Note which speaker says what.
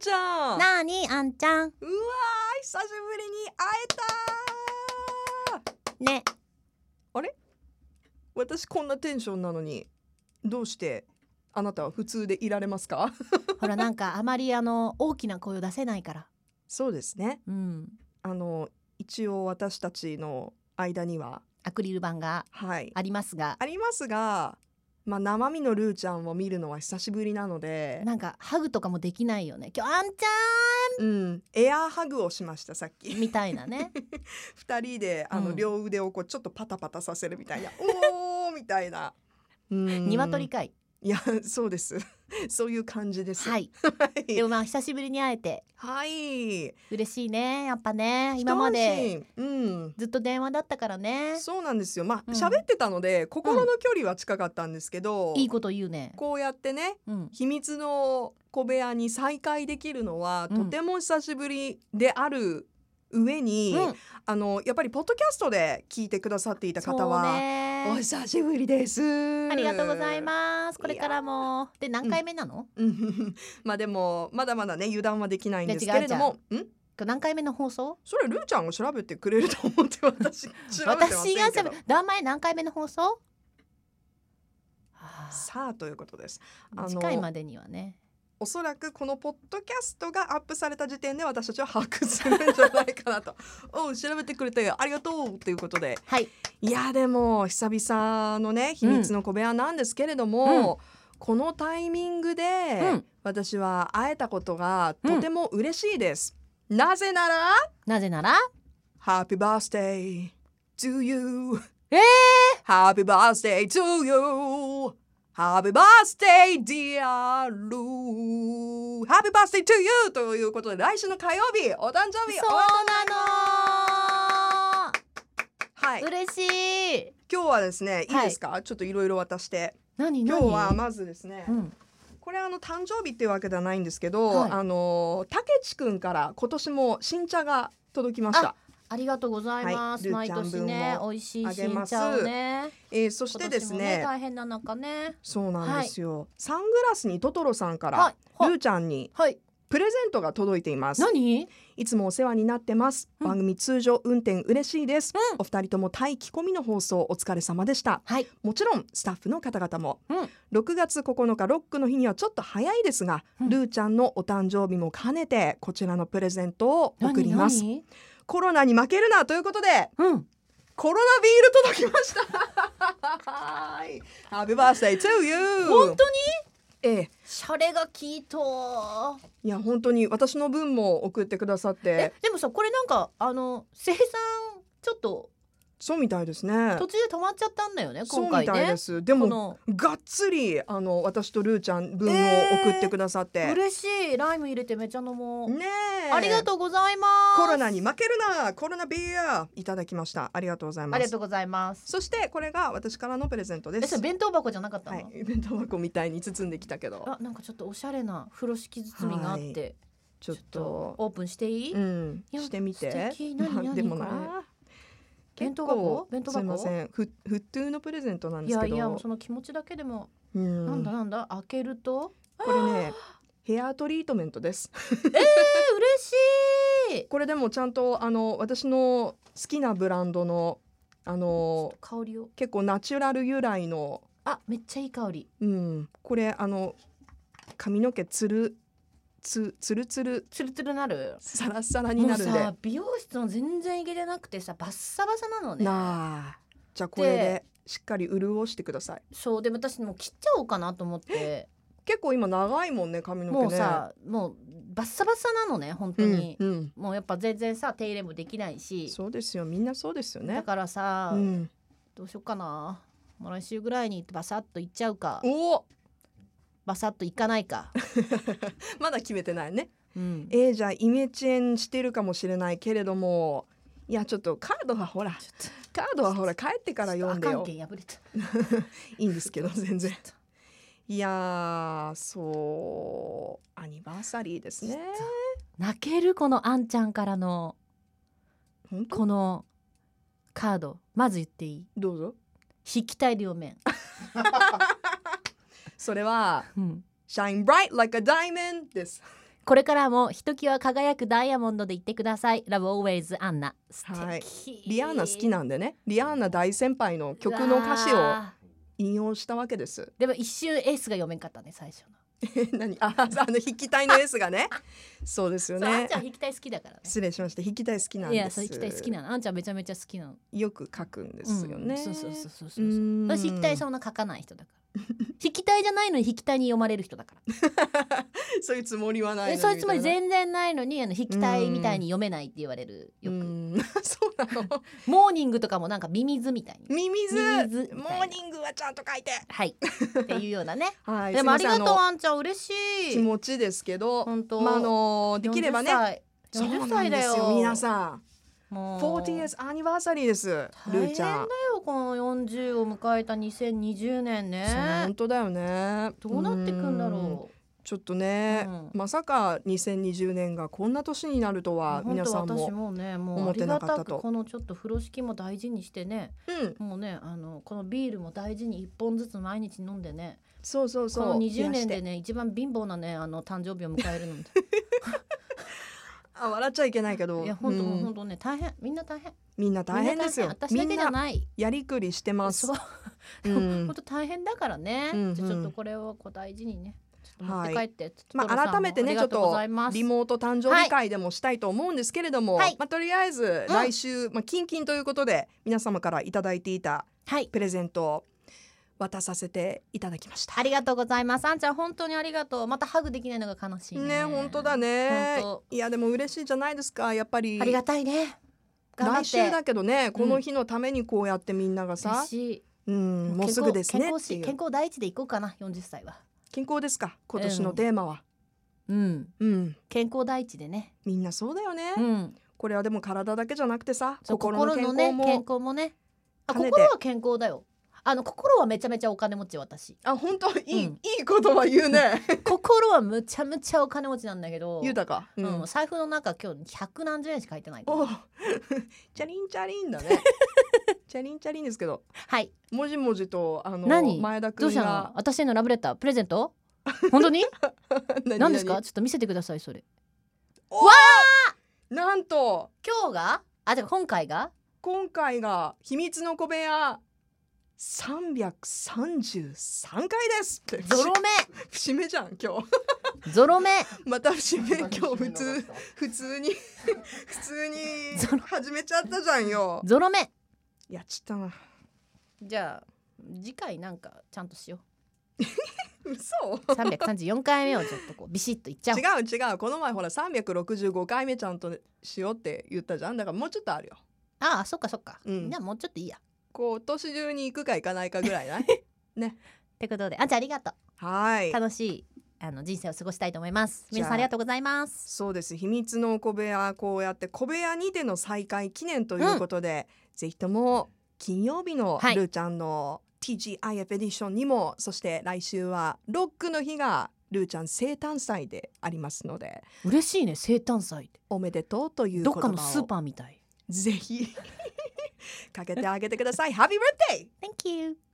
Speaker 1: ちゃん
Speaker 2: なあにあんちゃ
Speaker 1: う
Speaker 2: ん
Speaker 1: わー久しぶりに会えたー
Speaker 2: ね
Speaker 1: 私こんなテンションなのにどうしてあなたは普通でいられますか
Speaker 2: ほらなんかあまりあの大きな声を出せないから
Speaker 1: そうですね
Speaker 2: うん
Speaker 1: あの一応私たちの間には
Speaker 2: アクリル板が
Speaker 1: はい
Speaker 2: ありますが
Speaker 1: ありますがまあ生身のルーちゃんを見るのは久しぶりなので
Speaker 2: なんかハグとかもできないよね今日あんちゃ
Speaker 1: うんエアーハグをしましたさっき
Speaker 2: んみたいなね
Speaker 1: 二人であの、
Speaker 2: うん
Speaker 1: 両腕をこうちょっとパタパタさせるみたいなおーみたいな うん
Speaker 2: 鶏会
Speaker 1: いやそうです そういう感じです
Speaker 2: はいでもまあ久しぶりに会えて
Speaker 1: はい
Speaker 2: 嬉しいねやっぱね今まで
Speaker 1: 一安心うん
Speaker 2: ずっと電話だったからね
Speaker 1: そうなんですよまあ
Speaker 2: うん
Speaker 1: 喋、ってたので心の距離は近かったんですけど、
Speaker 2: いいこと言うね
Speaker 1: こうやってね
Speaker 2: うん
Speaker 1: 秘密の小部屋に再会できるのは、
Speaker 2: う
Speaker 1: と
Speaker 2: ん
Speaker 1: ても久しぶりである上に、
Speaker 2: うん
Speaker 1: あのやっぱりポッドキャストで聞いてくださっていた方
Speaker 2: そう
Speaker 1: は、
Speaker 2: ね
Speaker 1: お久しぶりですあ
Speaker 2: ありがとうございますこれからもで何回目なの、
Speaker 1: うん まあでもまだまだね油断はできないんですけれどもん
Speaker 2: 何回目の放送
Speaker 1: それルーちゃんが調べてくれると思って 私調べてませ
Speaker 2: 私が
Speaker 1: んけ
Speaker 2: 喋
Speaker 1: ど
Speaker 2: る名前何回目の放送あー
Speaker 1: さあということですあの
Speaker 2: 近いまでにはね
Speaker 1: おそらくこのポッドキャストがアップされた時点で私たちは把握するんじゃないかな とおう調べてくれてありがとうということで
Speaker 2: はい
Speaker 1: いやでも久々のね秘密の小部屋なんですけれども、このタイミングで、
Speaker 2: うん
Speaker 1: 私は会えたことが
Speaker 2: うん
Speaker 1: とても嬉しいです、なぜなら
Speaker 2: なぜなら
Speaker 1: Happy birthday to you
Speaker 2: えー
Speaker 1: Happy birthday to you Happy birthday dear Lou Happy birthday to you ということで来週の火曜日お誕生日おめでとうござい
Speaker 2: な
Speaker 1: ますはい
Speaker 2: 嬉しい
Speaker 1: 今日はですねいいですか、ちょっといろいろ渡して
Speaker 2: 何
Speaker 1: 今
Speaker 2: 何
Speaker 1: 日はまずですね、
Speaker 2: うん
Speaker 1: これあの誕生日っていうわけではないんですけど、
Speaker 2: はい
Speaker 1: あのたけちくんから今年も新茶が届きました
Speaker 2: ありがとうございます、
Speaker 1: はい
Speaker 2: 毎
Speaker 1: ルーちゃ
Speaker 2: 年
Speaker 1: ん分
Speaker 2: ね
Speaker 1: も
Speaker 2: 美味しい
Speaker 1: あげま
Speaker 2: 新
Speaker 1: す
Speaker 2: 茶をね
Speaker 1: えーそしてです
Speaker 2: 今年も
Speaker 1: ね
Speaker 2: 大変な中ね
Speaker 1: そうなんですよ、サングラスにトトロさんから、
Speaker 2: はいは
Speaker 1: ルーちゃんに
Speaker 2: はい
Speaker 1: プレゼントが届いています
Speaker 2: 何
Speaker 1: いつもお世話になってます、
Speaker 2: うん
Speaker 1: 番組通常運転嬉しいです、
Speaker 2: うん
Speaker 1: お二人とも待機込みの放送お疲れ様でした
Speaker 2: はい
Speaker 1: もちろんスタッフの方々も、
Speaker 2: うん
Speaker 1: 6月9日ロックの日にはちょっと早いですが、
Speaker 2: うん
Speaker 1: ルーちゃんのお誕生日も兼ねてこちらのプレゼントを送ります
Speaker 2: 何
Speaker 1: コロナに負けるなということで
Speaker 2: 何うん
Speaker 1: コロナビール届きました はいハッピーバースデー to you
Speaker 2: 本当に
Speaker 1: ええ
Speaker 2: シャレが効いと
Speaker 1: いや本当に私の分も送ってくださっ
Speaker 2: え
Speaker 1: て
Speaker 2: でもさこれなんかあの生産ちょっと
Speaker 1: そうみたいですね
Speaker 2: 途中で止まっちゃったんだよね
Speaker 1: そう
Speaker 2: 今
Speaker 1: み
Speaker 2: 回
Speaker 1: たい
Speaker 2: ね
Speaker 1: ですで
Speaker 2: こ
Speaker 1: も
Speaker 2: の
Speaker 1: がっつりあの私とルーちゃん分を
Speaker 2: えー
Speaker 1: 送ってくださって、
Speaker 2: 嬉しいライム入れてめちゃ飲もう、
Speaker 1: ねえ
Speaker 2: ありがとうございます
Speaker 1: コロナに負けるなコロナビアいただきましたありがとうござい
Speaker 2: あ
Speaker 1: ま
Speaker 2: りが
Speaker 1: す
Speaker 2: とうございます
Speaker 1: そしてこれが私からのプレゼントで
Speaker 2: えそ
Speaker 1: す
Speaker 2: れ弁当箱じゃなかった
Speaker 1: は
Speaker 2: の、
Speaker 1: い弁当箱みたいに包んできたけど
Speaker 2: あなんかちょっとおしゃれな風呂敷包みがあって、
Speaker 1: ちょっ
Speaker 2: ちょっと
Speaker 1: と
Speaker 2: オープンしていい、
Speaker 1: うん
Speaker 2: いや
Speaker 1: してみ
Speaker 2: 素
Speaker 1: て
Speaker 2: 敵何何
Speaker 1: でも
Speaker 2: これ
Speaker 1: な
Speaker 2: 弁当箱
Speaker 1: 結構
Speaker 2: 弁当箱
Speaker 1: すいませんふ普通のプレゼントなん
Speaker 2: い
Speaker 1: です
Speaker 2: や
Speaker 1: け
Speaker 2: い
Speaker 1: ど
Speaker 2: やもうその気持ちだけでも、
Speaker 1: うん
Speaker 2: なんだなんだ開けると
Speaker 1: これ ねヘアトリートメントです
Speaker 2: えー、嬉しい
Speaker 1: これでもちゃんとあの私の好きなブランドのあの
Speaker 2: 香りを
Speaker 1: 結構ナチュラル由来の
Speaker 2: あめっちゃいい香り
Speaker 1: うんこれあの髪の毛つるつつるつる
Speaker 2: ツルツルなる
Speaker 1: サラッサラになるん
Speaker 2: も
Speaker 1: で
Speaker 2: うさ美容室も全然いけてなくてさバッサバサなのね
Speaker 1: なあじゃあこれでしっかり潤してください
Speaker 2: そうでも私もう切っちゃおうかなと思って
Speaker 1: 結構今長いもんね髪の毛ね
Speaker 2: もうさもうバッサバサなのね本当に、
Speaker 1: うんうん
Speaker 2: もうやっぱ全然さ手入れもできないし、
Speaker 1: そうですよみんなそうですよ
Speaker 2: だ
Speaker 1: ね
Speaker 2: からさ、
Speaker 1: うん
Speaker 2: どうしようかなもう来週ぐらいにバサッといっちゃうか
Speaker 1: おお
Speaker 2: バサッといかな いか、
Speaker 1: まだ決めてないね
Speaker 2: うん、
Speaker 1: えー、じゃあイメチェンしてるかもしれないけれどもいやちょっとカードはほら
Speaker 2: ちょっ
Speaker 1: カードはほら帰ってから読んで
Speaker 2: ちょっと
Speaker 1: よ
Speaker 2: あかんけん破れた
Speaker 1: いいんですけど全然
Speaker 2: ちょっと
Speaker 1: いやーそうアニバーサリーですね
Speaker 2: 泣けるこのあんちゃんからの
Speaker 1: 本当
Speaker 2: このカードまず言っていい
Speaker 1: どうぞ
Speaker 2: 筆記体 両面、
Speaker 1: それは
Speaker 2: うん、
Speaker 1: 「Shine bright like a diamond」です
Speaker 2: これからもひときわ輝くダイヤモンドで言ってください。Love always アンナ。素敵、
Speaker 1: はいリアーナ好きなんでねリアーナ大先輩の曲の歌詞
Speaker 2: う
Speaker 1: を
Speaker 2: わー
Speaker 1: 引用したわけです。
Speaker 2: でも一瞬 S が読めんかったね最初の。
Speaker 1: え何 ああの筆記体のエースがねそうですよ
Speaker 2: そうあん
Speaker 1: ね
Speaker 2: ちゃん。筆記体好きだからね。
Speaker 1: 失礼しました筆記体好きなん
Speaker 2: い
Speaker 1: です。
Speaker 2: やそう筆記体好きなの。あんちゃんめちゃめちゃ好きなの。
Speaker 1: よく書くんですよね。
Speaker 2: うんそうそうそうそうそうう。
Speaker 1: ん
Speaker 2: 私筆記体そんな書かない人だから。筆記体じゃないのに筆記体に読まれる人だから。
Speaker 1: そういうつもりはないの
Speaker 2: え
Speaker 1: に
Speaker 2: そういうつもり
Speaker 1: みたい
Speaker 2: 全然ないのにあの筆記体みたいに読めないって言われるよ
Speaker 1: な
Speaker 2: く。
Speaker 1: うん そうなの
Speaker 2: モーニングとかもなんかミミズみたいに。
Speaker 1: ミミズ
Speaker 2: ミミズみたいな
Speaker 1: モーニングはちゃんと書いて
Speaker 2: はい。っていうようなね。
Speaker 1: はい
Speaker 2: でもありがとう
Speaker 1: すいま
Speaker 2: あんちゃん嬉し
Speaker 1: せん
Speaker 2: い。
Speaker 1: 気持ちですけど
Speaker 2: 本当
Speaker 1: まああのできればねそうな
Speaker 2: 40歳40歳
Speaker 1: んで
Speaker 2: だ
Speaker 1: す
Speaker 2: よ
Speaker 1: 皆さん
Speaker 2: んもう
Speaker 1: 40th アニバーサリーですル
Speaker 2: 大
Speaker 1: ー
Speaker 2: 変
Speaker 1: ち
Speaker 2: だ
Speaker 1: ゃ
Speaker 2: よ
Speaker 1: ん
Speaker 2: この40を迎えた2020年
Speaker 1: そう
Speaker 2: ね
Speaker 1: 本当だよね
Speaker 2: どうなってくんだ
Speaker 1: うん
Speaker 2: ろ
Speaker 1: ちょっとね、
Speaker 2: うん
Speaker 1: まさか2020年がこんな年になると
Speaker 2: う
Speaker 1: は
Speaker 2: 本
Speaker 1: 皆
Speaker 2: 当
Speaker 1: さん
Speaker 2: 私
Speaker 1: も
Speaker 2: もねもう
Speaker 1: 思
Speaker 2: あ
Speaker 1: って
Speaker 2: り
Speaker 1: な
Speaker 2: が
Speaker 1: かったと
Speaker 2: たくこのちょっと風呂敷も大事にしてね
Speaker 1: うん
Speaker 2: もうねあのこのビールも大事に1本ずつ毎日飲んでね
Speaker 1: そうそう
Speaker 2: こ
Speaker 1: そう
Speaker 2: の
Speaker 1: 冷
Speaker 2: 20
Speaker 1: やし
Speaker 2: 年
Speaker 1: て
Speaker 2: でね一番貧乏なねあの誕生日を迎えるの
Speaker 1: あ笑っちゃいけないけど
Speaker 2: いや本当も
Speaker 1: う
Speaker 2: うん本当ね大変みんな大変
Speaker 1: みんな大変ですよ
Speaker 2: みんな大
Speaker 1: み
Speaker 2: 変私だけ
Speaker 1: ん
Speaker 2: じゃ
Speaker 1: な
Speaker 2: ない
Speaker 1: やりくりしてます
Speaker 2: そう
Speaker 1: う
Speaker 2: 本
Speaker 1: ん
Speaker 2: 当大変だからね、
Speaker 1: うんうん
Speaker 2: じゃあちょっとこれをこう大事にねちょっと持って帰って、ちょっと
Speaker 1: ま
Speaker 2: トロさん
Speaker 1: あ、
Speaker 2: も
Speaker 1: 改めてね
Speaker 2: あ
Speaker 1: ち
Speaker 2: り
Speaker 1: ょっ
Speaker 2: がうご
Speaker 1: と
Speaker 2: ざいます
Speaker 1: リモート誕生日会でもしたいと思うんですけれども、
Speaker 2: はい
Speaker 1: まあ、とりあえず
Speaker 2: うん
Speaker 1: 来週、まあ、キンキンということで皆様からいただいていた
Speaker 2: はい
Speaker 1: プレゼントを渡させていただきました。
Speaker 2: ありがとうございますあんちゃん本当にありがとうまたハグできないのが悲しいね
Speaker 1: ね本当だね
Speaker 2: 本
Speaker 1: いやでも嬉しいじゃないですかやっぱり
Speaker 2: ありがたいね頑張
Speaker 1: 来
Speaker 2: って
Speaker 1: 週だけどねこの日のためにこうやってみんながさ
Speaker 2: 嬉、しい
Speaker 1: うんもうすぐですね
Speaker 2: 健
Speaker 1: っ
Speaker 2: 康
Speaker 1: てい
Speaker 2: し
Speaker 1: う
Speaker 2: 健康第一でいこうかな40歳は
Speaker 1: 健康ですか今年のテーマは、
Speaker 2: うん
Speaker 1: うん、
Speaker 2: 健康第一でね
Speaker 1: みんなそうだよね、
Speaker 2: うん
Speaker 1: これはでも体だけじゃなくてさ
Speaker 2: そう
Speaker 1: 心の
Speaker 2: 心
Speaker 1: 健
Speaker 2: の
Speaker 1: 康
Speaker 2: ね
Speaker 1: も、
Speaker 2: 健康もねあ
Speaker 1: 兼ねて
Speaker 2: 心は健康だよあの心はめちゃめちゃお金持ち 私
Speaker 1: あ本当いい、
Speaker 2: うん
Speaker 1: いいことは言う ね
Speaker 2: 心はむちゃむちゃお金持ちなんだけど
Speaker 1: 豊か、う
Speaker 2: うんん、財布の中今日百何十円しか入ってない。
Speaker 1: おう チャリンチャリンだ ねチャリンチャリンですけど
Speaker 2: はい。
Speaker 1: もじもじとあの
Speaker 2: 何
Speaker 1: 前田
Speaker 2: どう
Speaker 1: 君
Speaker 2: したの
Speaker 1: が？
Speaker 2: 私へのラブレタープレゼント？本当に？
Speaker 1: 何
Speaker 2: 何ですか？ちょっと見せてくださいそれ。
Speaker 1: なんと
Speaker 2: 今日が？あ、じゃ今回 が？
Speaker 1: 今回が秘密の小部屋333回ですって
Speaker 2: ゾロ
Speaker 1: 節目じゃん今日
Speaker 2: 目。ゾロ目。
Speaker 1: また節目今日普通普通に 普通
Speaker 2: ゾ
Speaker 1: に
Speaker 2: ロ
Speaker 1: 始めちゃったじゃんよ
Speaker 2: ゾロ目。
Speaker 1: やっちったな
Speaker 2: じゃあ次回なんかちゃんとしよ
Speaker 1: 嘘
Speaker 2: う。三百三十四回目をちょっとこうビシッといっちゃおう
Speaker 1: 違。う違うこの前ほら365回目ちゃんとしようって言ったじゃんだからもうちょっとあるよ
Speaker 2: ああ、そっかそっか。
Speaker 1: うん
Speaker 2: じゃあもうちょっといいや。っ
Speaker 1: こう年中に行くか行かないかぐらい ない
Speaker 2: てことで、あんちゃんありがと。
Speaker 1: はいう
Speaker 2: 楽しいあの人生を過ごしたいと思います。皆
Speaker 1: じゃ
Speaker 2: さん
Speaker 1: あ
Speaker 2: ありがとうございます。
Speaker 1: そうです秘密の小部屋こうやって小部屋にての再会記念ということで、ぜひとも金曜日の
Speaker 2: はい
Speaker 1: ルーちゃんの TGIF エディションにも、そして来週はロックの日がルーちゃん生誕祭でありますので
Speaker 2: 嬉しいね生誕祭って。
Speaker 1: おめでとうという言
Speaker 2: ど
Speaker 1: 葉
Speaker 2: っ
Speaker 1: を
Speaker 2: かのスーパーみたい。
Speaker 1: ぜひかけてあげてくださいハッピーバーデー
Speaker 2: Thank you.